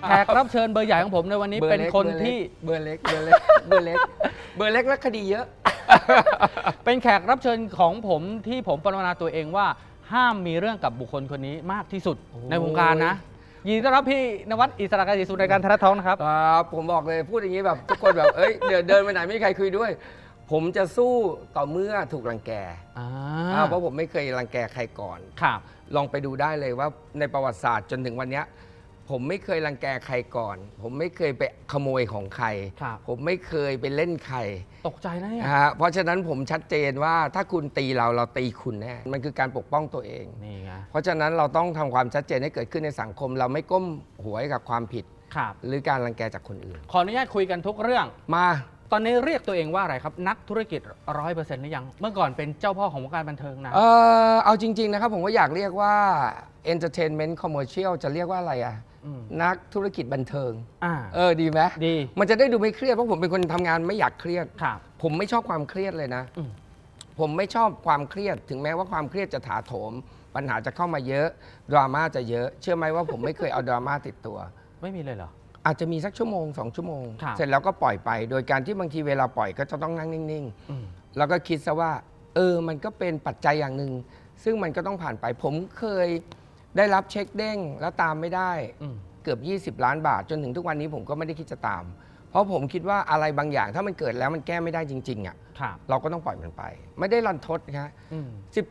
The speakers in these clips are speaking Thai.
แขกรับเชิญเบอร์ใหญ่ของผมในวันนี้ บอร์ เป็น ล็ก คน บอร์เล็ก ที่ เบอร์เล็กเบอร์เล็กเบอร์เล็กเบอร์เล็กและคดีเยอะ เป็นแขกรับเชิญของผมที่ผมปรนนาตัวเองว่า ห้ามมีเรื่องกับบุคคลคนนี้มากที่สุดในวงการนะ ยินดีต้อนรับพี่นวัดอิสระกาศิสุนรายการทรัทท้องนะครับ ครับผมบอกเลยพูดอย่างนี้แบบทุกคนแบบ เอ้ยเดินเดินไปไหนไม่มีใครคุยด้วย ผมจะสู้ต่อเมื่อถูกรังแก อ่า อ่าเพราะผมไม่เคยรังแกใครก่อน ครับ ลองไปดูได้เลยว่าในประวัติศาสตร์จนถึงวันเนี้ยผมไม่เคยรังแกใครก่อน ผมไม่เคยไปขโมยของใคร ครับ ผมไม่เคยไปเล่นใคร ตกใจนะเนี่ย นะฮะเพราะฉะนั้นผมชัดเจนว่าถ้าคุณตีเราเราตีคุณแน่ มันคือการปกป้องตัวเอง นี่ไง เพราะฉะนั้นเราต้องทำความชัดเจนให้เกิดขึ้นในสังคม เราไม่ก้มหัวให้กับความผิด ครับ หรือการรังแกจากคนอื่น ขออนุญาตคุยกันทุกเรื่อง มา ตอนนี้เรียกตัวเองว่าอะไรครับ นักธุรกิจร้อยเปอร์เซ็นต์หรือยัง เมื่อก่อนเป็นเจ้าพ่อของวงการบันเทิงนะ เออเอาจริง ๆ นะครับ ผมก็อยากเรียกว่า entertainment commercial จะเรียกว่าอะไรอะ ม นักธุรกิจบันเทิง อ่า เออดีไหม ดี มันจะได้ดูไม่เครียดเพราะผมเป็นคนทำงานไม่อยากเครียด ครับ ผมไม่ชอบความเครียดเลยนะ อืม ผมไม่ชอบความเครียด ถึงแม้ว่าความเครียดจะถาโถม ปัญหาจะเข้ามาเยอะ ดราม่าจะเยอะ เชื่อไหมว่าผมไม่เคยเอาดราม่าติดตัว ไม่มีเลยเหรอ อาจจะมีสักชั่วโมงสองชั่วโมง ครับ เสร็จแล้วก็ปล่อยไป โดยการที่บางทีเวลาปล่อยก็จะต้องนั่งนิ่ง อืม ๆ แล้วก็คิดซะว่า เออ มันก็เป็นปัจจัยอย่างหนึ่ง ซึ่งมันก็ต้องผ่านไป ผมเคยได้รับเช็คเด้งแล้วตามไม่ได้ อืม เกือบ 20 ล้านบาท จนถึงทุกวันนี้ผมก็ไม่ได้คิดจะตาม เพราะผมคิดว่าอะไรบางอย่าง ถ้ามันเกิดแล้วมันแก้ไม่ได้จริงๆอ่ะ ครับ เราก็ต้องปล่อยมันไป ไม่ได้รันทดนะฮะ อืม สิบ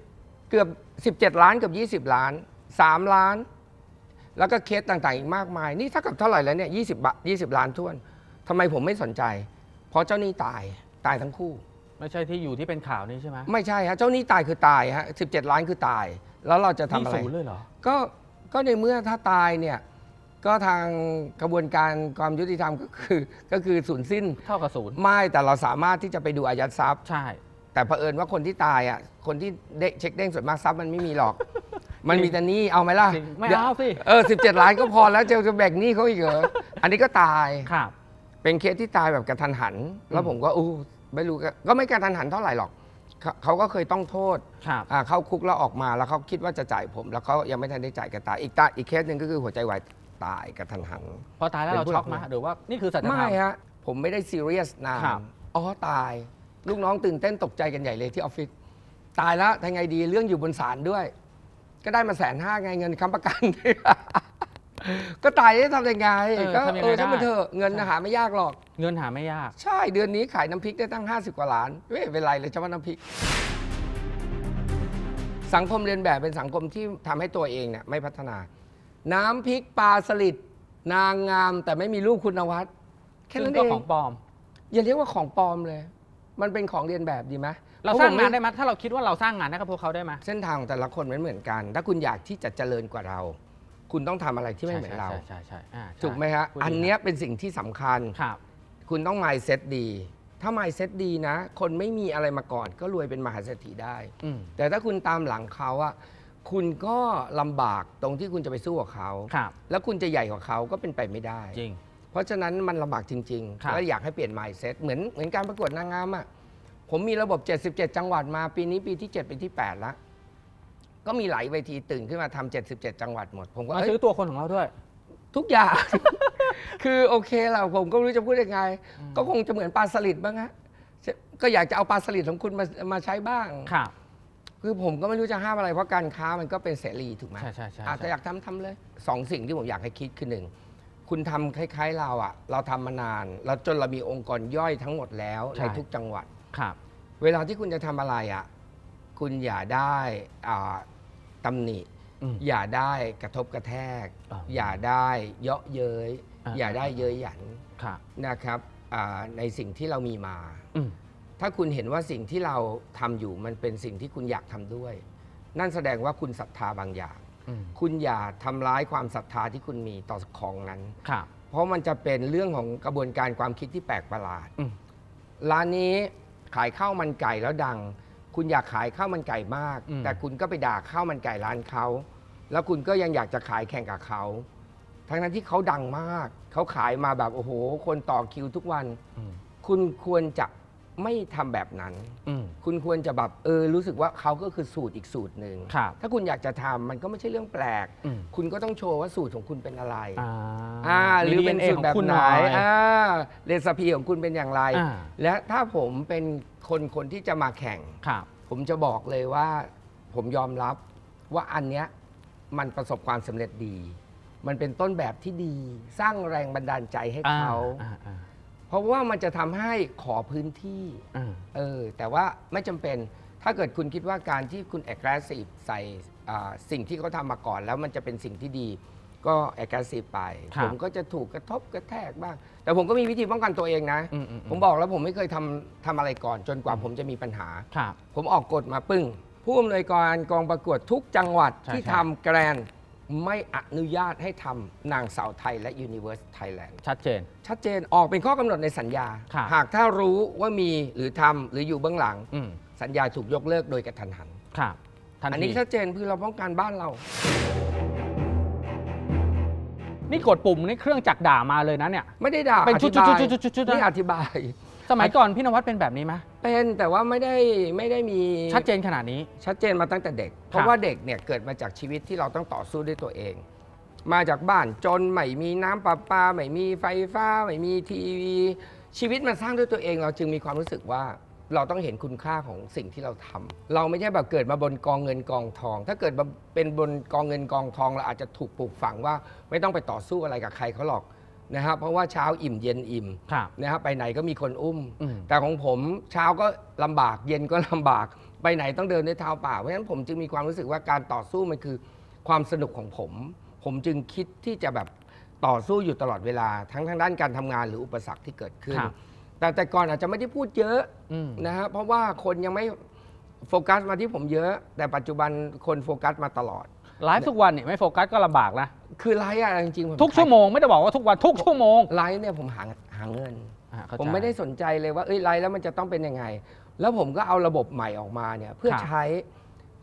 เกือบ 17 ล้านเกือบ20 ล้าน 3 ล้าน แล้วก็เคสต่างๆ อีกมากมาย นี่เท่ากับเท่าไหร่แล้วเนี่ย20บาท20 ล้านท้วนทำไมผมไม่สนใจ เพราะเจ้าหนี้ตายตายทั้งคู่ ไม่ใช่ที่อยู่ที่เป็นข่าวนี้ใช่ไหม ไม่ใช่ฮะเจ้าหนี้ตายคือตายฮะ17 ล้านคือตาย แล้วเราจะทำ นี่ อะไร ศูนย์เลยเหรอ ก็ก็ในเมื่อถ้าตายเนี่ยก็ทางกระบวนการความยุติธรรมก็คือก็คือสูญสิ้น เท่ากับศูนย์ ไม่แต่เราสามารถที่จะไปดูอายัดทรัพย์ ใช่ แต่เผอิญว่าคนที่ตายอ่ะ คนที่เด้เช็คเด้งส่วนมากทรัพย์มันไม่มีหร อก มันมีแต่หนี้เอาไหมล่ะ จริงไม่ ดี๋ยว เอาสิ เออสิบเจ็ดล้านก็พอแล้วจะจะแบ่งหนี้เขาอีกเหรอ อันนี้ก็ตาย ครับ เป็นเคสที่ตายแบบกระทันหัน แล้ว อืม ผมก็อู้ไม่รู้ก็ก็ไม่กระทันหันเท่าไหร่หรอกเขาเขาก็เคยต้องโทษ ครับ อ่าเข้าคุกแล้วออกมาแล้วเขาคิดว่าจะจ่ายผม แล้วเขายังไม่ทันได้จ่ายก็ตาย อีกตาอีกเคสหนึ่งก็คือหัวใจวายตายกระทันหัน พอตายแล้ว เป็น เรา ผู้ ช็อก หลั มาก หรือว่านี่คือสัจธรรม ไม่ฮะผมไม่ได้ซีเรียสนา ครั น บ อ๋อตาย ลูกน้องตื่นเต้นตกใจกันใหญ่เลยที่ออฟฟิศตายแล้วทำไงดีเรื่องอยู่บนศาลด้วย ก็ได้มาแสนห้าไงเงินค้ำประกัน ก็ตายได้ทำยังไง เออ ก็ ทำยังไง เออช่างมัน ได้ เถอะเงินน่ะหาไม่ยากหรอก เงินหาไม่ยาก ใช่เดือนนี้ขายน้ำพริกได้ตั้ง 50 กว่าล้านเว้ยเป็นไรเลยเฉพาะน้ำพริก สังคมเรียนแบบเป็นสังคมที่ทำให้ตัวเองเนี่ยไม่พัฒนา น้ำพริกปลาสลิดนางงาม แต่ไม่มีรูปคุณนวัดแค่ ซึ่ นั้น ง เอ ก็ ง ของปลอม อย่าเรียกว่าของปลอมเลย มันเป็นของเรียนแบบดีไหม เราสร้างงานได้ เพะผม ไหมถ้าเราคิดว่าเราสร้างงานให้กับพวกเขาได้ไหม เส้นทางของแต่ละคนไม่เหมือนกัน ถ้าคุณอยากที่จะเจริญกว่าเรา คุณต้องทำอะไรที่ไม่เหมือนเรา ใช่ใช่ใช่ใช่อ่าใช่ ถูกไหมฮะ พูดดี อันเนี้ยเป็นสิ่งที่สำคัญ ครับ คุณต้อง mindset ดี ถ้า mindset ดีนะ คนไม่มีอะไรมาก่อน ก็รวยเป็นมหาเศรษฐีได้ อืม แต่ถ้าคุณตามหลังเขาอะคุณก็ลำบากตรงที่คุณจะไปสู้กับเขา ครับ แล้วคุณจะใหญ่กว่าเขาก็เป็นไปไม่ได้ จริง เพราะฉะนั้นมันลำบากจริง ครั ๆ บ แล้วอยากให้เปลี่ยน mindset เหมือนเหมือนการประกวดนางงามอะผมมีระบบ 77 จังหวัดมาปีนี้ปีที่ 7 ปีที่ 8 ละ ก็มีหลายเวทีตื่นขึ้นมาทำ77 จังหวัดหมด ผมก็ มา เอ้ย ซื้อตัวคนของเราด้วย ทุกอย่าง คือโอเคแหละผมก็ไม่รู้จะพูดยังไง อืม ก็คงจะเหมือนปลาสลิดบ้างฮะใช่ก็อยากจะเอาปลาสลิดของคุณมามาใช้บ้าง ครับ คือผมก็ไม่รู้จะห้ามอะไรเพราะการค้ามันก็เป็นเสรีถูกไหม ใช่ใช่ใช่ อาจจะอยากทำทำเลยสองสิ่งที่ผมอยากให้คิดคือหนึ่งคุณทำคล้ายๆเราอะเราทำมานานเราจนเรามีองค์กรย่อยทั้งหมดแล้ว ใช่ ในทุกจังหวัด ครับ เวลาที่คุณจะทำอะไรอะคุณอย่าได้อ่าตำหนิ อืม อย่าได้กระทบกระแทก อ่า อย่าได้เยาะเย้ย อ่า อย่าได้เย้ยหยัน ครับ นะครับอ่าในสิ่งที่เรามีมา อืม ถ้าคุณเห็นว่าสิ่งที่เราทำอยู่มันเป็นสิ่งที่คุณอยากทำด้วย นั่นแสดงว่าคุณศรัทธาบางอย่าง อืม คุณอย่าทำร้ายความศรัทธาที่คุณมีต่อของนั้น ครับ เพราะมันจะเป็นเรื่องของกระบวนการความคิดที่แปลกประหลาด อืม ร้านนี้ขายข้าวมันไก่แล้วดัง คุณอยากขายข้าวมันไก่มาก อืม แต่คุณก็ไปด่าข้าวมันไก่ร้านเขา แล้วคุณก็ยังอยากจะขายแข่งกับเขา ทั้งนั้นที่เขาดังมาก เขาขายมาแบบโอ้โห คนต่อคิวทุกวัน อืม คุณควรจะไม่ทำแบบนั้น อืม คุณควรจะแบบเออรู้สึกว่าเขาก็คือสูตรอีกสูตรหนึ่ง ครับ ถ้าคุณอยากจะทำมันก็ไม่ใช่เรื่องแปลก อืม คุณก็ต้องโชว์ว่าสูตรของคุณเป็นอะไร อ่า อ่าหรือเป็น มี DNA สูตรแบบ ขงคุณ ไหน อย อ่าเรซปีของคุณเป็นอย่างไร อ่า และถ้าผมเป็นคนคนที่จะมาแข่ง ครับ ผมจะบอกเลยว่าผมยอมรับว่าอันเนี้ยมันประสบความสำเร็จดี มันเป็นต้นแบบที่ดี สร้างแรงบันดาลใจให้เขา อ่อ่า เพราะว่ามันจะทำให้ขอพื้นที่ อ่า เออแต่ว่าไม่จำเป็นถ้าเกิดคุณคิดว่าการที่คุณ aggressive ใส่อ่าสิ่งที่เขาทำมาก่อน แล้วมันจะเป็นสิ่งที่ดีก็ aggressive ไป ครับ ผมก็จะถูกกระทบกระแทกบ้าง แต่ผมก็มีวิธีป้องกันตัวเองนะ อืมอืมอืม ผมบอกแล้วผมไม่เคยทำทำอะไรก่อน จนกว่าผมจะมีปัญหา ครับ ผมออกกฎมาปึ้ง ผู้อำนวยการกองประกวดทุกจังหวัด ใช่ ที่ ใช่ ทำแกรนด์ไม่อนุญาตให้ทำนางสาวไทยและ Universe Thailand ชัดเจน ชัดเจนออกเป็นข้อกำหนดในสัญญา ครับ หากถ้ารู้ว่ามีหรือทำหรืออยู่เบื้องหลัง อืม สัญญาถูกยกเลิกโดยกระทันหัน ครับทัน อัน ที นี้ชัดเจนคือเราป้องกันบ้านเรา นี่กดปุ่มนี่เครื่องจักรด่ามาเลยนะเนี่ย ไม่ได้ด่า เป็น อธิบาย ชุดๆๆๆๆๆ นี่อธิบาย สมัยก่อนพี่นวัดเป็นแบบนี้ไหม เป็นแต่ว่าไม่ได้ไม่ได้มี ชัดเจนขนาดนี้ ชัดเจนมาตั้งแต่เด็ก เพ ครั ราะ บ ว่าเด็กเนี่ยเกิดมาจากชีวิตที่เราต้องต่อสู้ด้วยตัวเอง มาจากบ้านจนไม่มีน้ำประปาไม่มีไฟฟ้าไม่มีทีวีชีวิตมันสร้างด้วยตัวเอง เราจึงมีความรู้สึกว่าเราต้องเห็นคุณค่าของสิ่งที่เราทำเราไม่ใช่แบบเกิดมาบนกองเงินกองทอง ถ้าเกิดมาเป็นบนกองเงินกองทองเราอาจจะถูกปลูกฝังว่าไม่ต้องไปต่อสู้อะไรกับใครเขาหรอกนะครับเพราะว่าเช้าอิ่มเย็นอิ่ม ครับ นะครับไปไหนก็มีคนอุ้ม อืม แต่ของผมเช้าก็ลำบากเย็นก็ลำบาก ไปไหนต้องเดินด้วยเท้าเปล่าเพราะฉะนั้นผมจึงมีความรู้สึกว่าการต่อสู้มันคือความสนุกของผม ผมจึงคิดที่จะแบบต่อสู้อยู่ตลอดเวลา ทั้งทางด้านการทำงานหรืออุปสรรคที่เกิดขึ้น ครับ แต่แต่ก่อนอาจจะไม่ได้พูดเยอะ อืม นะฮะเพราะว่าคนยังไม่โฟกัสมาที่ผมเยอะ แต่ปัจจุบันคนโฟกัสมาตลอด ไลฟ์ทุกวันเนี่ยไม่โฟกัสก็ลำบากนะ คือไลฟ์อะจริงๆผม ทุกชั่วโมงไม่ได้บอกว่าทุกวันทุกชั่วโมง ไลฟ์เนี่ยผมหาหาเงิน อ่ะเข้าใจ ผมไม่ได้สนใจเลยว่าเอ้ยไลฟ์แล้วมันจะต้องเป็นยังไง แล้วผมก็เอาระบบใหม่ออกมาเนี่ยเพื่อ ครับ ใช้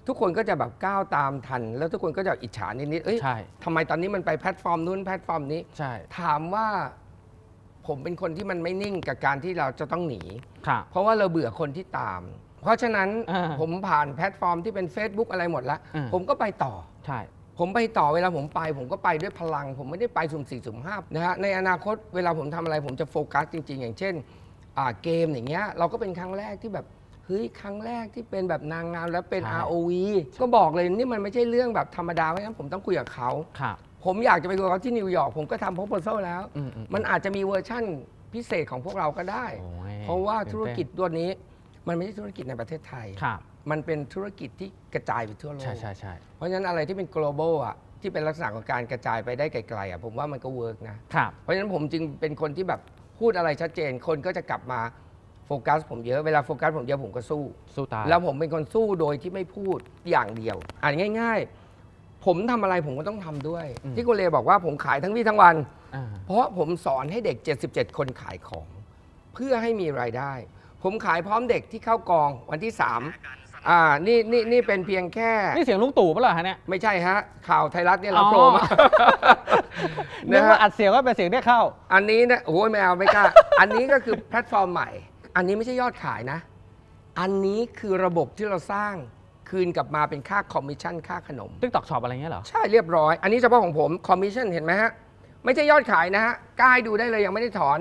ทุกคนก็จะแบบก้าวตามทัน แล้วทุกคนก็จะอิจฉานิดๆเอ้ย ใช่ ทำไมตอนนี้มันไปแพลตฟอร์มนู้นแพลตฟอร์มนี้ ใช่ ถามว่าผมเป็นคนที่มันไม่นิ่งกับการที่เราจะต้องหนี ครับ เพราะว่าเราเบื่อคนที่ตาม เพราะฉะนั้น อ่า ผมผ่านแพลตฟอร์มที่เป็น Facebook อะไรหมดแล้ว อ่า ผมก็ไปต่อ ใช่ ผมไปต่อเวลาผมไป ผมก็ไปด้วยพลัง ผมไม่ได้ไปสุ่มสี่สุ่มห้านะฮะในอนาคตเวลาผมทำอะไร ผมจะโฟกัสจริง ๆ อย่างเช่นอ่าเกมอย่างเงี้ยเราก็เป็นครั้งแรกที่แบบเฮ้ยครั้งแรกที่เป็นแบบนางงามแล้วเป็น ใช่ ROV ก็บอกเลยนี่มันไม่ใช่เรื่องแบบธรรมดาเพราะฉะนั้นผมต้องคุยกับเขา ครับ ผมอยากจะไปคุยกับเขาที่นิวยอร์กผมก็ทำโพสต์แล้ว อืมอืม มันอาจจะมีเวอร์ชั่นพิเศษของพวกเราก็ได้ โอ้ย เพราะว่า ตื่นเต้น ธุรกิจตัวนี้มันไม่ใช่ธุรกิจในประเทศไทย ครับ มันเป็นธุรกิจที่กระจายไปทั่วโลก ใช่ใช่ใช่ เพราะฉะนั้นอะไรที่เป็น global อ่ะที่เป็นลักษณะของการกระจายไปได้ไกลๆอ่ะผมว่ามันก็เวิร์กนะ ครับ เพราะฉะนั้นผมจึงเป็นคนที่แบบพูดอะไรชัดเจน คนก็จะกลับมาโฟกัสผมเยอะเวลาโฟกัสผมเยอะผมก็สู้ สู้ตาย แล้วผมเป็นคนสู้โดยที่ไม่พูดอย่างเดียว อ่านง่าย ๆ ผมทำอะไรผมก็ต้องทำด้วย อืม ที่กุเลบอกว่าผมขายทั้งวี่ทั้งวัน อ่า เพราะผมสอนให้เด็ก 77 คนขายของ เพื่อให้มีรายได้ ผมขายพร้อมเด็กที่เข้ากองวันที่สามอ่านี่นี่นี่เป็นเพียงแค่ นี่เสียงลุงตู่ปะล่ะฮะเนี่ย ไม่ใช่ฮะ ข่าวไทยรัฐเนี่ยเรา อ๋อ โปรมา นึก นะ ว่า ฮะ อัดเสียงว่าเป็นเสียงเรียกเข้า อันนี้นะโอ้ยไม่เอาไม่กล้า อันนี้ก็คือแพลตฟอร์มใหม่ อันนี้ไม่ใช่ยอดขายนะ อันนี้คือระบบที่เราสร้างคืนกลับมาเป็นค่าคอมมิชชั่นค่าขนม ติ๊กตอกช็อปอะไรเงี้ยเหรอ ใช่เรียบร้อย อันนี้เฉพาะของผมคอมมิชชั่นเห็นไหมฮะ ไม่ใช่ยอดขายนะฮะกล้าให้ดูได้เลยยังไม่ได้ถอน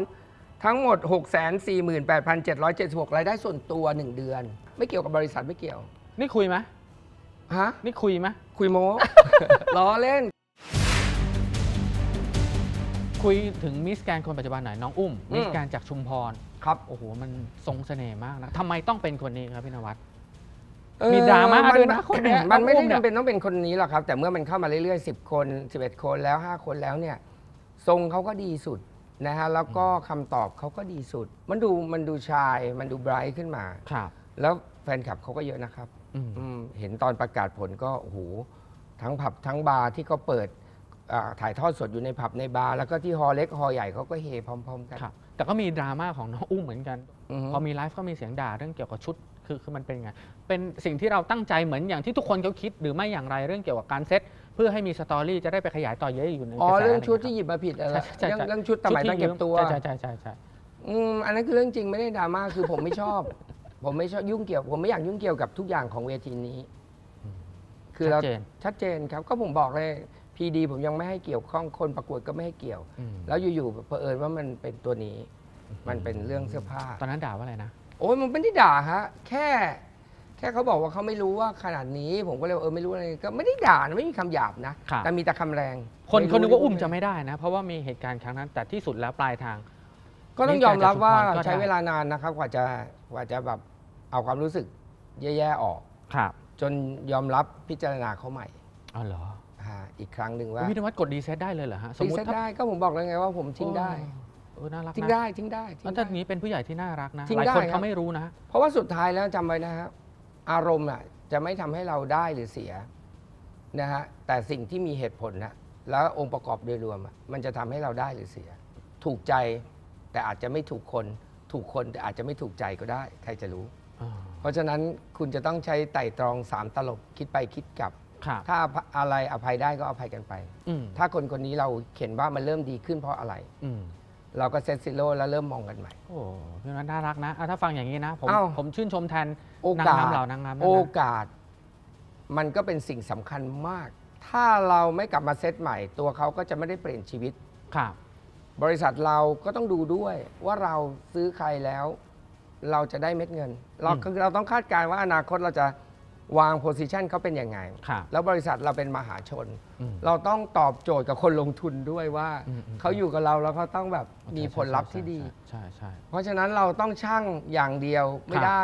ทั้งหมด 648,776 รายได้ส่วนตัว 1 เดือน ไม่เกี่ยวกับบริษัทไม่เกี่ยว นี่คุยไหม ฮะ นี่คุยไหม คุยโม้ ล้อเล่น คุยถึงมิสแกนคนปัจจุบันหน่อยน้องอุ้ม มิสแกนจากชุมพร ครับ โอ้โห มันทรงเสน่ห์มากนะทำไมต้องเป็นคนนี้ครับพี่นวัด เอ่อ มีดราม่าด้วยนะ มั คนเนี้ย มันไม่ น้องอุ้ได้มเนี่ย จำเป็นต้องเป็นคนนี้หรอกครับ แต่เมื่อมันเข้ามาเรื่อยๆ 10 คน 11 คนแล้ว 5 คนแล้วเนี่ยทรงเขาก็ดีสุดนะฮะแล้วก็คำตอบเขาก็ดีสุด มันดูมันดูชาย มันดูไบรท์ขึ้นมา ครับ แล้วแฟนคลับเขาก็เยอะนะครับ อืม อืมเห็นตอนประกาศผลก็โอ้โหทั้งผับทั้งบาร์ที่เขาเปิด อ่าถ่ายทอดสดอยู่ในผับในบาร์แล้วก็ที่ฮอเล็กฮอใหญ่เขาก็เฮพร้อม ๆ กัน ครับแต่ก็มีดราม่าของน้องอุ้มเหมือนกัน อือฮึ พอมีไลฟ์ก็มีเสียงด่าเรื่องเกี่ยวกับชุดคือคือมันเป็นไง เป็นสิ่งที่เราตั้งใจเหมือนอย่างที่ทุกคนเขาคิดหรือไม่อย่างไรเรื่องเกี่ยวกับการเซตเพื่อให้มีสตอรี่จะได้ไปขยายต่อเยอะอยู่ใน อ๋อ กะแส เรื่องชุด ะไ ที่หยิบมาผิดอะไร ใช่ใช่ใช่เรื่องเรื่องชุดสมัย ที่ ตั้งเก็บตัว ใช่ใช่ใช่ใช่ใช่ อืมอันนั้นคือเรื่องจริงไม่ได้ดราม่าคือผมไม่ชอบ ผมไม่ชอบยุ่งเกี่ยว ผมไม่อยากยุ่งเกี่ยวกับทุกอย่างของเวทีนี้ คือเรา ชัดเจน ชัดเจนครับ ก็ผมบอกเลยพีดีผมยังไม่ให้เกี่ยวข้องคนประกวดก็ไม่ให้เกี่ยว แล้วอยู่ๆเผอิญว่ามันเป็นตัวนี้ มันเป็นเรื่องเสื้อผ้า ตอนนั้นด่าว่าอะไรนะ โอ้ยมันไม่ได้ด่าฮะแค่ แค่เขาบอกว่าเขาไม่รู้ว่าขนาดนี้ ผมก็เลยว่าเออไม่รู้อะไรก็ไม่ได้ด่านะไม่มีคำหยาบนะ ค่ะ แต่มีแต่คำแรง คน ไรู้ คนนึกว่าอุ้มจะไม่ได้นะ เพราะว่ามีเหตุการณ์ครั้งนั้น แต่ที่สุดแล้วปลายทาง ก็ต้องยอมรับว่า นี่การจัดชุมพรก็ได้ ใช้เวลานานนะครับ กว่าจะกว่าจะแบบเอาความรู้สึกแย่ๆออก ครับ จนยอมรับพิจารณาเขาใหม่ อ๋อเหรอ ฮะอีกครั้งหนึ่งว่า คุณพี่นวัดกดรีเซ็ตได้เลยเหรอฮะสม ทิ้ง มติ เส้น ถ้า ได้ก็ผมบอกแล้วไงว่าผมทิ้งได้ เออน่ารักนะ ทิ้งได้ทิ้งได้ทิ้ แล้ว ง ท่า ได้ นนี้เป็นผู้ใหญ่ที่น่ารักนะ ทิ้หงลาย ได้ คน ครั เขา บ ไม่รู้นะ เพราะว่าสุดท้ายแล้วจำไว้นะครับอารมณ์อ่ะจะไม่ทำให้เราได้หรือเสียนะฮะแต่สิ่งที่มีเหตุผลนะแล้วองค์ประกอบโดยรวมอะมันจะทำให้เราได้หรือเสีย ถูกใจแต่อาจจะไม่ถูกคน ถูกคนแต่อาจจะไม่ถูกใจก็ได้ ใครจะรู้ อ่า เพราะฉะนั้นคุณจะต้องใช้ไต่ตรองสามตลบคิดไปคิดกลับ ครับ ถ้าอะไรอภัยได้ก็อภัยกันไป อืม ถ้าคนคนนี้เราเห็นว่ามันเริ่มดีขึ้นเพราะอะไร อืม เราก็เซตซิโร่แล้วเริ่มมองกันใหม่ โอ้พี่นัทน่ารักนะอ่ะถ้าฟังอย่างนี้นะ ผม เอ้า ผมชื่นชมแทน โอน าง กาส งามเหล่านางงามด้วย โอ นะ กาส มันก็เป็นสิ่งสำคัญมาก ถ้าเราไม่กลับมาเซตใหม่ ตัวเขาก็จะไม่ได้เปลี่ยนชีวิต ครับ บริษัทเราก็ต้องดูด้วยว่าเราซื้อใครแล้ว เราจะได้เม็ดเงิน เราคือเราต้องคาดการณ์ว่าอนาคตเราจะวางโพซิชันเขาเป็นยังไง ครับ แล้วบริษัทเราเป็นมหาชน อืม เราต้องตอบโจทย์กับคนลงทุนด้วยว่า อืมอืม เขาอยู่กับเราแล้วเขาต้องแบบมีผลลัพธ์ที่ดี ใช่ใช่ เพราะฉะนั้นเราต้องช่างอย่างเดียวคไม่รับ ได้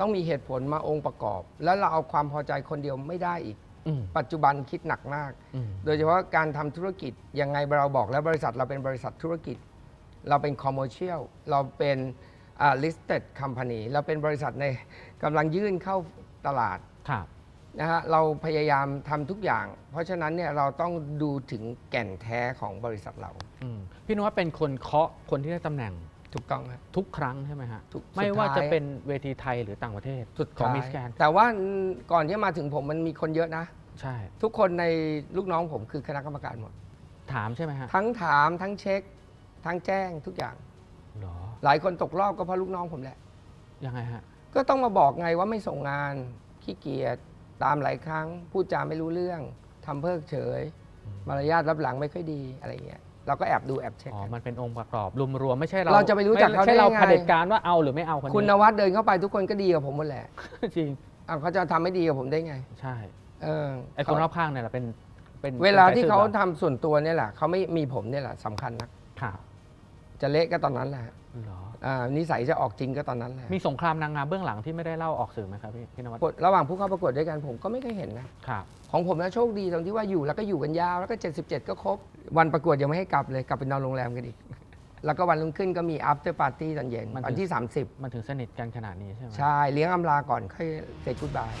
ต้องมีเหตุผลมาองค์ประกอบ แล้วเราเอาความพอใจคนเดียวไม่ได้อีก อืม ปัจจุบันคิดหนักมาก อืม โดยเฉพาะการทำธุรกิจยังไงเราบอกแล้วบริษัทเราเป็นบริษัทธุรกิจ เราเป็นคอมเมอร์เชียลเราเป็นอ่า listed company เราเป็นบริษัทในกำลังยื่นเข้าตลาด ครับ นะฮะเราพยายามทำทุกอย่าง เพราะฉะนั้นเนี่ยเราต้องดูถึงแก่นแท้ของบริษัทเรา อืมพี่นวัดเป็นคนเคาะคนที่ได้ตำแหน่ง ถูกต้องฮะ ทุกครั้งใช่ไหมฮะ ทุกสุดท้าย ไม่ว่าจะเป็นเวทีไทยหรือต่างประเทศของมิสแกน แต่ว่าก่อนที่จะมาถึงผมมันมีคนเยอะนะ ใช่ ทุกคนในลูกน้องผมคือคณะกรรมการหมด ถามใช่ไหมฮะ ทั้งถามทั้งเช็ค ทั้งแจ้งทุกอย่าง หรอ หลายคนตกรอบก็เพราะลูกน้องผมแหละ ยังไงฮะ ก็ต้องมาบอกไงว่าไม่ส่งงานขี้เกียจตามหลายครั้ง พูดจาไม่รู้เรื่องทำเพิกเฉย มารยาทรับหลังไม่ค่อยดีอะไรอย่างเงี้ยเราก็แอบดูแอบเช็ค อ๋อ กัน มันเป็นองค์ประกอบรวมๆไม่ใช่เรา เราจะไปรู้จักเขา ไม่ใช่เรา ได้ยังไง เผด็จการว่าเอาหรือไม่เอาคน คุณน นี้ วัดเดินเข้าไปทุกคนก็ดีกับผมหมดแหละ จริง อ้าวเขาจะทำไม่ดีกับผมได้ไง ใช่ เออ ไอคนรอบข้างเนี่ยแหละเป็นเป็น เวลาที่ ป็นสยสืบ เขา ร ทำส่วนตัวเนี่ยแหละเขาไม่มีผมเนี่ยแหละสำคัญนะครับ จะเละก็ตอนนั้นแหละ หรอ อ่านิสัยจะออกจริงก็ตอนนั้นแหละ มีสงครามนางงามเบื้องหลังที่ไม่ได้เล่าออกสื่อไหมครับพี่พี่นวัด กฎระหว่างผู้เข้าประกวดด้วยกันผมก็ไม่เคยเห็นนะ ครับ ของผมนะโชคดีตรงที่ว่าอยู่แล้วก็อยู่กันยาวแล้วก็ 77 ก็ครบ วันประกวดยังไม่ให้กลับเลยกลับไปนอนโรงแรมกันอี ก แล้วก็วันรุ่งขึ้นก็มี after party ตอนเย็น มันถึง วันที่ มันถึงสนิทกันขนาดนี้ใช่ไหม 30 ใช่ เลี้ยงอำลาก่อนค่อยเซ็กูดบาย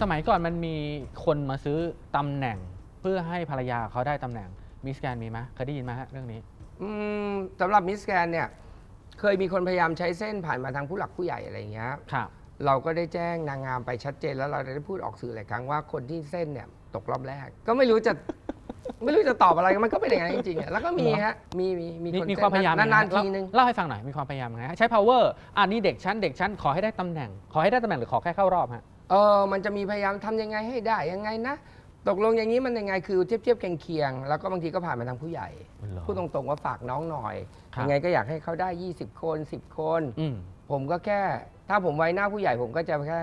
สมัยก่อนมันมีคนมาซื้อตำแหน่ง เพื่อให้ภรรยาเขาได้ตำแหน่งมิสแกนมีไหมเคยได้ยินไหมฮะเรื่องนี้ อืมสำหรับมิสแกนเนี่ยเคยมีคนพยายามใช้เส้นผ่านมาทางผู้หลักผู้ใหญ่อะไรอย่างเงี้ย ครับ เราก็ได้แจ้งนางงามไปชัดเจนแล้วเราได้พูดออกสื่อหลายครั้งว่าคนที่เส้นเนี่ยตกรอบแรก ก็ไม่รู้จะ ไม่รู้จะตอบอะไรมันก็เป็นอย่างนั้นจริงๆอะแล้วก็มีฮะมีมีมี มี คน มีความพยายาม เส้นนานๆ ไงฮะ ทีนึง เล่าเล่าให้ฟังหน่อยมีความพยายามไงฮะใช้ power อ่านี่เด็กชั้นเด็กชั้นขอให้ได้ตำแหน่ง ขอให้ได้ตำแหน่งหรือขอแค่เข้ารอบฮะ เออมันจะมีพยายามทำยังไงให้ได้ยังไงนะตกลงอย่างนี้มันยังไงคือเทียบเทียบเคียงเคียงๆแล้วก็บางทีก็ผ่านมาทางผู้ใหญ่ พูดตรงๆว่าฝากน้องหน่อย ครับ ยังไงก็อยากให้เขาได้ 20 คน 10 คน อืม ผมก็แค่ ถ้าผมไว้หน้าผู้ใหญ่ผมก็จะแค่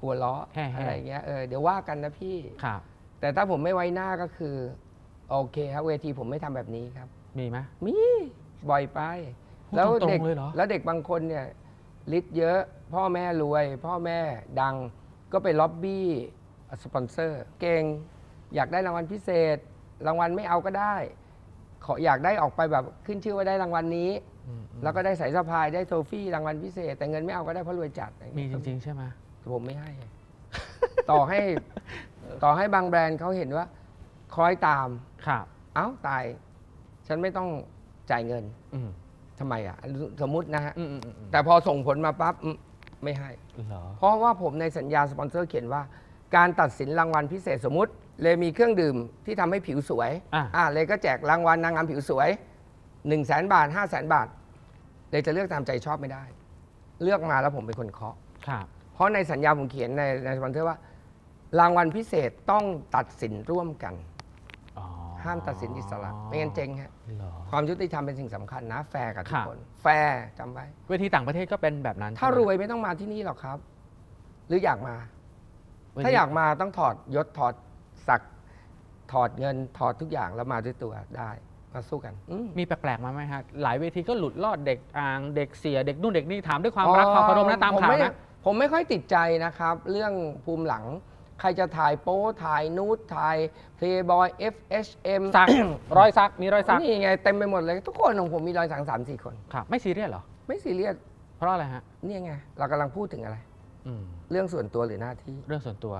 หัวเราะ แฮ่ๆ อะไรอย่างเงี้ยเออเดี๋ยวว่ากันนะพี่ ครับ แต่ถ้าผมไม่ไว้หน้าก็คือ โอเคครับเวทีผมไม่ทำแบบนี้ครับ มีไหม มีบ่อยไป พูด เด็ก ตรงๆเลยเหรอ แล้วเด็กบางคนเนี่ยฤทธิ์เยอะ พ่อแม่รวย พ่อแม่ดังก็ไปล็อบบี้สปอนเซอร์ เก่งอยากได้รางวัลพิเศษ รางวัลไม่เอาก็ได้ ขออยากได้ออกไปแบบขึ้นชื่อว่าได้รางวัลนี้ แล้วก็ได้สายสะพายได้โทฟี่รางวัลพิเศษ แต่เงินไม่เอาก็ได้เพราะรวยจัด มีจริง ๆ ใช่ไหม ผมไม่ให้ ต่อให้ ต่อให้บางแบรนด์เขาเห็นว่าคล้อยตาม ครับ เอ้าตาย ฉันไม่ต้องจ่ายเงิน อืม ทำไมอ่ะ สมมตินะฮะ อืมอืมอืมอืม แต่พอส่งผลมาปั๊บอืมไม่ให้ เหรอ เพราะว่าผมในสัญญาสปอนเซอร์เขียนว่า การตัดสินรางวัลพิเศษสมมติ เลยมีเครื่องดื่มที่ทำให้ผิวสวย อ่ะ อ่ะเลยก็แจกรางวัลนางงามผิวสวย1นึ่งแสนบาท5 0 0แสนบาท เลยจะเลือกตามใจชอบไม่ได้ เลือกมาแล้วผมเป็นคนเคาะ ครับ เพราะในสัญญาผมเขียนในในสปอนเซอร์ว่า รางวัลพิเศษต้องตัดสินร่วมกัน อ๋อ ห้ามตัดสินอิสระ ไม่งั้นเจ๊งฮะ เหรอ ความยุติธรรมเป็นสิ่งสำคัญนะ แฟร์กับทุก ค่ะ คน แฟร์จำไว้ เวทีต่างประเทศก็เป็นแบบนั้น ถ้า ใช่ไหม รวยไม่ต้องมาที่นี่หรอกครับ หรืออยากมา เวที ถ้าอยากมาต้องถอดยศถอดศักดิ์ถอดเงินถอดทุกอย่างแล้วมาด้วยตัวได้มาสู้กันอืม มีแปลกๆมาไหมฮะหลายเวทีก็หลุดลอดเด็กอ่างเด็กเสียเด็กนู่นเด็กนี่ถามด้วยความรักความเคารพนะตามข่าว ผไ นะ ผมไม่ค่อยติดใจนะครับ เรื่องภูมิหลัง ใครจะถ่ายโป๊ถ่ายนูดถ่ายเพลย์บอย FHM สัก รอยสักมีรอยสัก นี่ไงเต็มไปหมดเลย ทุกคนของผมมีรอยสักสามสี่คน ครับไม่ซีเรียสเหรอ ไม่ซีเรียส เพราะอะไรฮะ เนี่ยไง เรากำลังพูดถึงอะไร อืม เรื่องส่วนตัวหรือหน้าที่ เรื่องส่วนตัว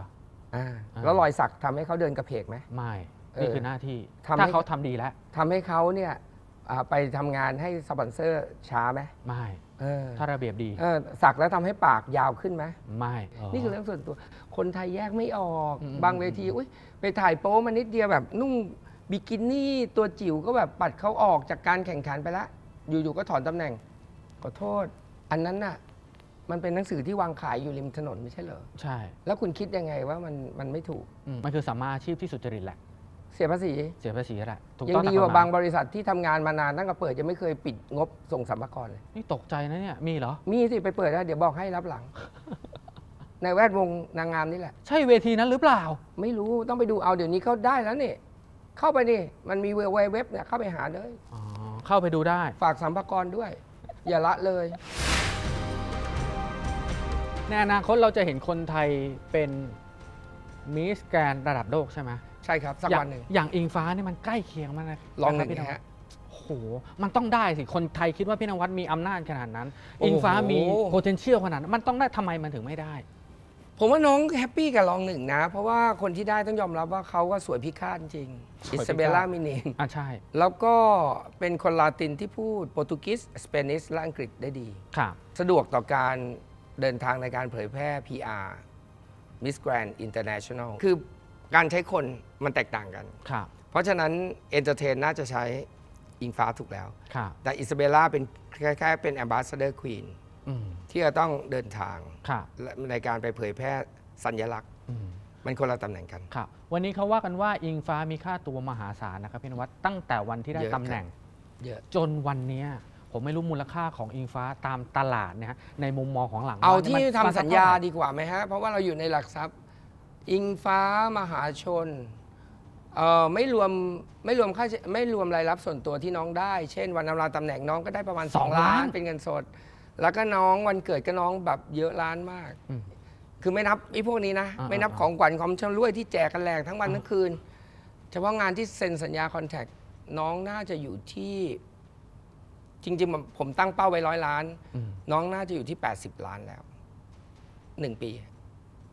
อ่า อ่า แล้วรอยสักทำให้เขาเดินกระเพกไหม ไม่ เออ นี่คือหน้าที่ ทำให้ ถ้าเขาทำดีแล้ว ทำให้เขาเนี่ยอ่าไปทำงานให้สปอนเซอร์ช้าไหม ไม่ เออ ถ้าระเบียบดี เออสักแล้วทำให้ปากยาวขึ้นไหม ไม่ นี่คือ เรื่ เรื่องส่วนตัว คนไทยแยกไม่ออก อืม บางเวที อุ้ยไปถ่ายโป๊มานิดเดียวแบบนุ่งบิกินี่ตัวจิ๋วก็แบบปัดเขาออกจากการแข่งขันไปละ อยู่ๆก็ถอนตำแหน่ง ขอโทษ อันนั้นน่ะ มันเป็นหนังสือที่วางขายอยู่ริมถนนไม่ใช่เหรอ ใช่ แล้วคุณคิดยังไงว่ามันมันไม่ถูก อืมมันคือสัมมาอาชีพที่สุจริตแหละ เสียภาษี เสียภาษีแหละถูก ยั ต้อง ง ดี ตม ก ก ว่า ฎหม บางบริษัทที่ทำงานมานานตั้งแต่เปิดยังไม่เคยปิดงบส่งสัมภาระเลย นี่ตกใจนะเนี่ย มีเหรอ มีสิไปเปิดแล้วเดี๋ยวบอกให้รับหลัง ในแวดวงนางงามนี่แหละ ใช่เวทีนั้นหรือเปล่า ไม่รู้ต้องไปดูเอาเดี๋ยวนี้เขาได้แล้วนี่ เข้าไปนี่ มันมีเว็บเนี่ยเข้าไปหาเลย อ๋อ เข้าไปดูได้ ฝากสัมภากระด้วย อย่าละเลย ในอนาคตเราจะเห็นคนไทยเป็นมิสแกรนระดับโลกใช่ไหม ใช่ครับ สักวันหนึ่ง อย่างอย่างอิงฟ้านี่มันใกล้เคียงมากนะ ลองหนึ่ง ะครับพี่ นะฮะ โอ้โห มันต้องได้สิ คนไทยคิดว่าพี่นวัดมีอำนาจขนาดนั้น โอ้โห อิงฟ้ามี potential ขนาดนั้น มันต้องได้ทำไมมันถึงไม่ได้ ผมว่าน้องแฮปปี้กับลองหนึ่งนะ เพราะว่าคนที่ได้ต้องยอมรับว่าเขาก็สวยพิฆาตจริง สวยพิ อิ ฆาต ซาเบลล่ามินี อ่ะใช่ แล้วก็เป็นคนลาตินที่พูดโปรตุเกสสเปนิชและอังกฤษได้ดี ครับ สะดวกต่อการเดินทางในการเผยแพร่ PR Miss Grand International คือการใช้คนมันแตกต่างกัน ครับ เพราะฉะนั้นเอนเตอร์เทนน่าจะใช้อิงฟ้าถูกแล้ว ครับ แต่อิซาเบลล่าเป็นคล้ายๆเป็นแอมบาสเดอร์ควีน อืม ที่จะต้องเดินทาง ครับ และในการไปเผยแพร่สัญลักษณ์ อืม มันคนละตำแหน่งกัน ครับวันนี้เขาว่ากันว่าอิงฟ้ามีค่าตัวมหาศาลนะครับพี่นวัดตั้งแต่วันที่ได้ เยอะครั ตำ บ แหน่ง เยอะ จนวันเนี้ยผมไม่รู้มูลค่าของอิงฟ้าตามตลาดเนยฮะในมุมมองของหลัง เอา บ้น ที่ นี่ยมัน ทำ มัน สัญญาดีกว่าไหมฮะ เพราะว่าเราอยู่ในหลักทรัพย์ อิงฟ้ามหาชนเอ่อไม่รวมไม่รวมค่าใช้ไม่รวมรายรับส่วนตัวที่น้องได้ เช่น วันนำลาตำแหน่งน้องก็ได้ประมาณ 2 ล้านเป็นเงินสด แล้วก็น้องวันเกิดก็น้องแบบเยอะล้านมาก อืม คือไม่นับไอ้พวกนี้นะ อ่า ไม่นับ อ่า ของขวัญของชำร่วยที่แจกกันแหลกทั้งวันทั้งคืน เฉพาะงานที่เซ็นสัญญาคอนแทคน้องน่าจะอยู่ที่ จริง ๆ ผมผมตั้งเป้าไว้ร้อยล้าน อืม น้องน่าจะอยู่ที่ 80 ล้านแล้วหนึ่งปี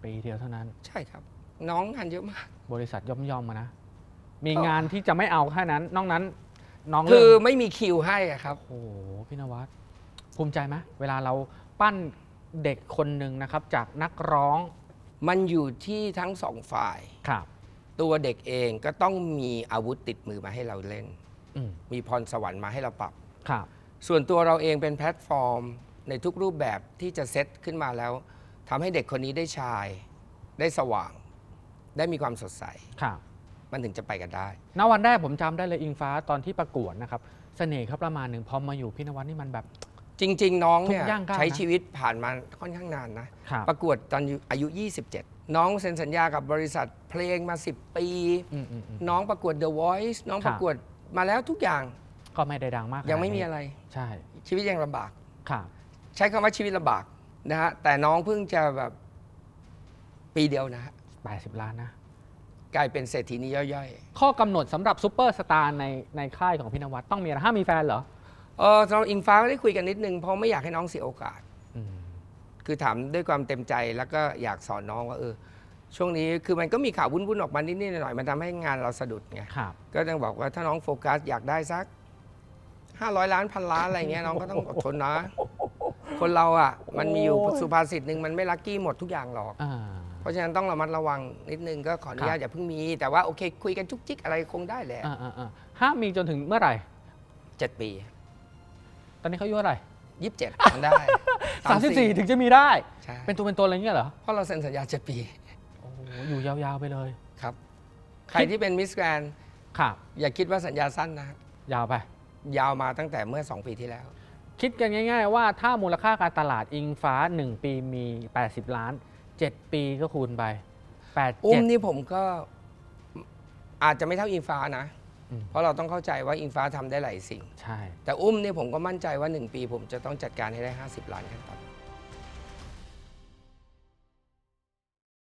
ปีเดียวเท่านั้น ใช่ครับ น้องงานเยอะมาก บริษัทย่อมย่อมๆมานะ มีงานที่จะไม่เอาแค่นั้น นอกนั้น น้องเลืก คือไม่มีคิวให้อะครับ โอ้โหพี่นวัดภูมิใจไหมเวลาเราปั้นเด็กคนหนึ่งนะครับ จากนักร้อง มันอยู่ที่ทั้งสองฝ่าย ครับ ตัวเด็กเองก็ต้องมีอาวุธติดมือมาให้เราเล่น อืม มีพรสวรรค์มาให้เราปรับ ครับ ส่วนตัวเราเองเป็นแพลตฟอร์ม ในทุกรูปแบบที่จะเซตขึ้นมาแล้วทำให้เด็กคนนี้ได้ชาย ได้สว่าง ได้มีความสดใส ครับ มันถึงจะไปกันได้ ณวันแรกผมจำได้เลยอิงฟ้าตอนที่ประกวดนะครับ เสน่ห์เขาประมาณหนึ่งพอมาอยู่พี่นวัดนี่มันแบบ จริง ๆ น้องเนี่ย ทุกอย่างก้าวนะ ใช้ชีวิตผ่านมาค่อนข้างนานนะ ครับ ประกวดตอนอายุ 27 น้องเซ็นสัญญากับบริษัทเพลงมา 10 ปี อืมอืมอืม น้องประกวด The Voice น้อง ค ป รับ ระกวดมาแล้วทุกอย่าง ก็ไม่ได้ดังมากขนาด ยังไม่มี นี้ อะไร ใช่ ชีวิตยังลำบาก ครับ ใช้คำว่าชีวิตลำบากนะฮะแต่น้องเพิ่งจะแบบปีเดียวนะฮะ 80 ล้านนะ กลายเป็นเศรษฐีนี้ย่อยๆ ข้อกำหนดสำหรับซูเปอร์สตาร์ในในค่ายของพี่นวัดต้องมีอะไรห้ามมีแฟนเหรอ เออสำหรับอิงฟ้าก็ได้คุยกันนิดนึงเพราะไม่อยากให้น้องเสียโอกาส อืม คือถามด้วยความเต็มใจแล้วก็อยากสอนน้องว่าเออ ช่วงนี้คือมันก็มีข่าววุ่นๆออกมานิดๆหน่อยๆมันทำให้งานเราสะดุดไง ครับ ก็ต้องบอกว่าถ้าน้องโฟกัสอยากได้สักห้าร้อยล้านพันล้านอะไรเงี้ยน้องก็ต้องอดท นนะ คนเราอ่ะ มันมีอยู่สุภาษิตหนึ่งมันไม่ลัคกี้หมดทุกอย่างหรอก อ่า เพราะฉะนั้นต้องระมัดระวังนิดนึงก็ขออนุญา ครั ต บ อย่าเพิ่งมี แต่ว่าโอเค คุยกันจุกจิกอะไรคงได้แหละ อ่าอ่าอ่าห้ามมีจนถึงเมื่อไหร่ เจ็ดปี ตอนนี้เขาอายุเท่าไหร่ ยี่สิบเจ็ดทำได้ สามสิบสี่ถึงจะมีได้ ใช่ เป็นตัวเป็นตนอะไรเงี้ยเหรอ เพราะเราเซ็นสัญญาเจ็ดปี โอ้โหอยู่ยาวๆไปเลย ครับ ใครที่เป็นมิสแกรน ครับ อย่าคิดว่าสัญญาสั้นนะครับ ยาวไป ยาวมาตั้งแต่เมื่อสองปีที่แล้ว คิดกันง่าย ๆ ว่าถ้ามูลค่าการตลาดอิงฟ้า 1 ปีมี 80 ล้าน 7 ปีก็คูณไป อุ้ม 87 นี่ผมก็อาจจะไม่เท่าอิงฟ้านะ อืม เพราะเราต้องเข้าใจว่าอิงฟ้าทำได้หลายสิ่ง ใช่ แต่อุ้มเนี่ยผมก็มั่นใจว่า 1 ปีผมจะต้องจัดการให้ได้ 50 ล้านขั้นต่ำ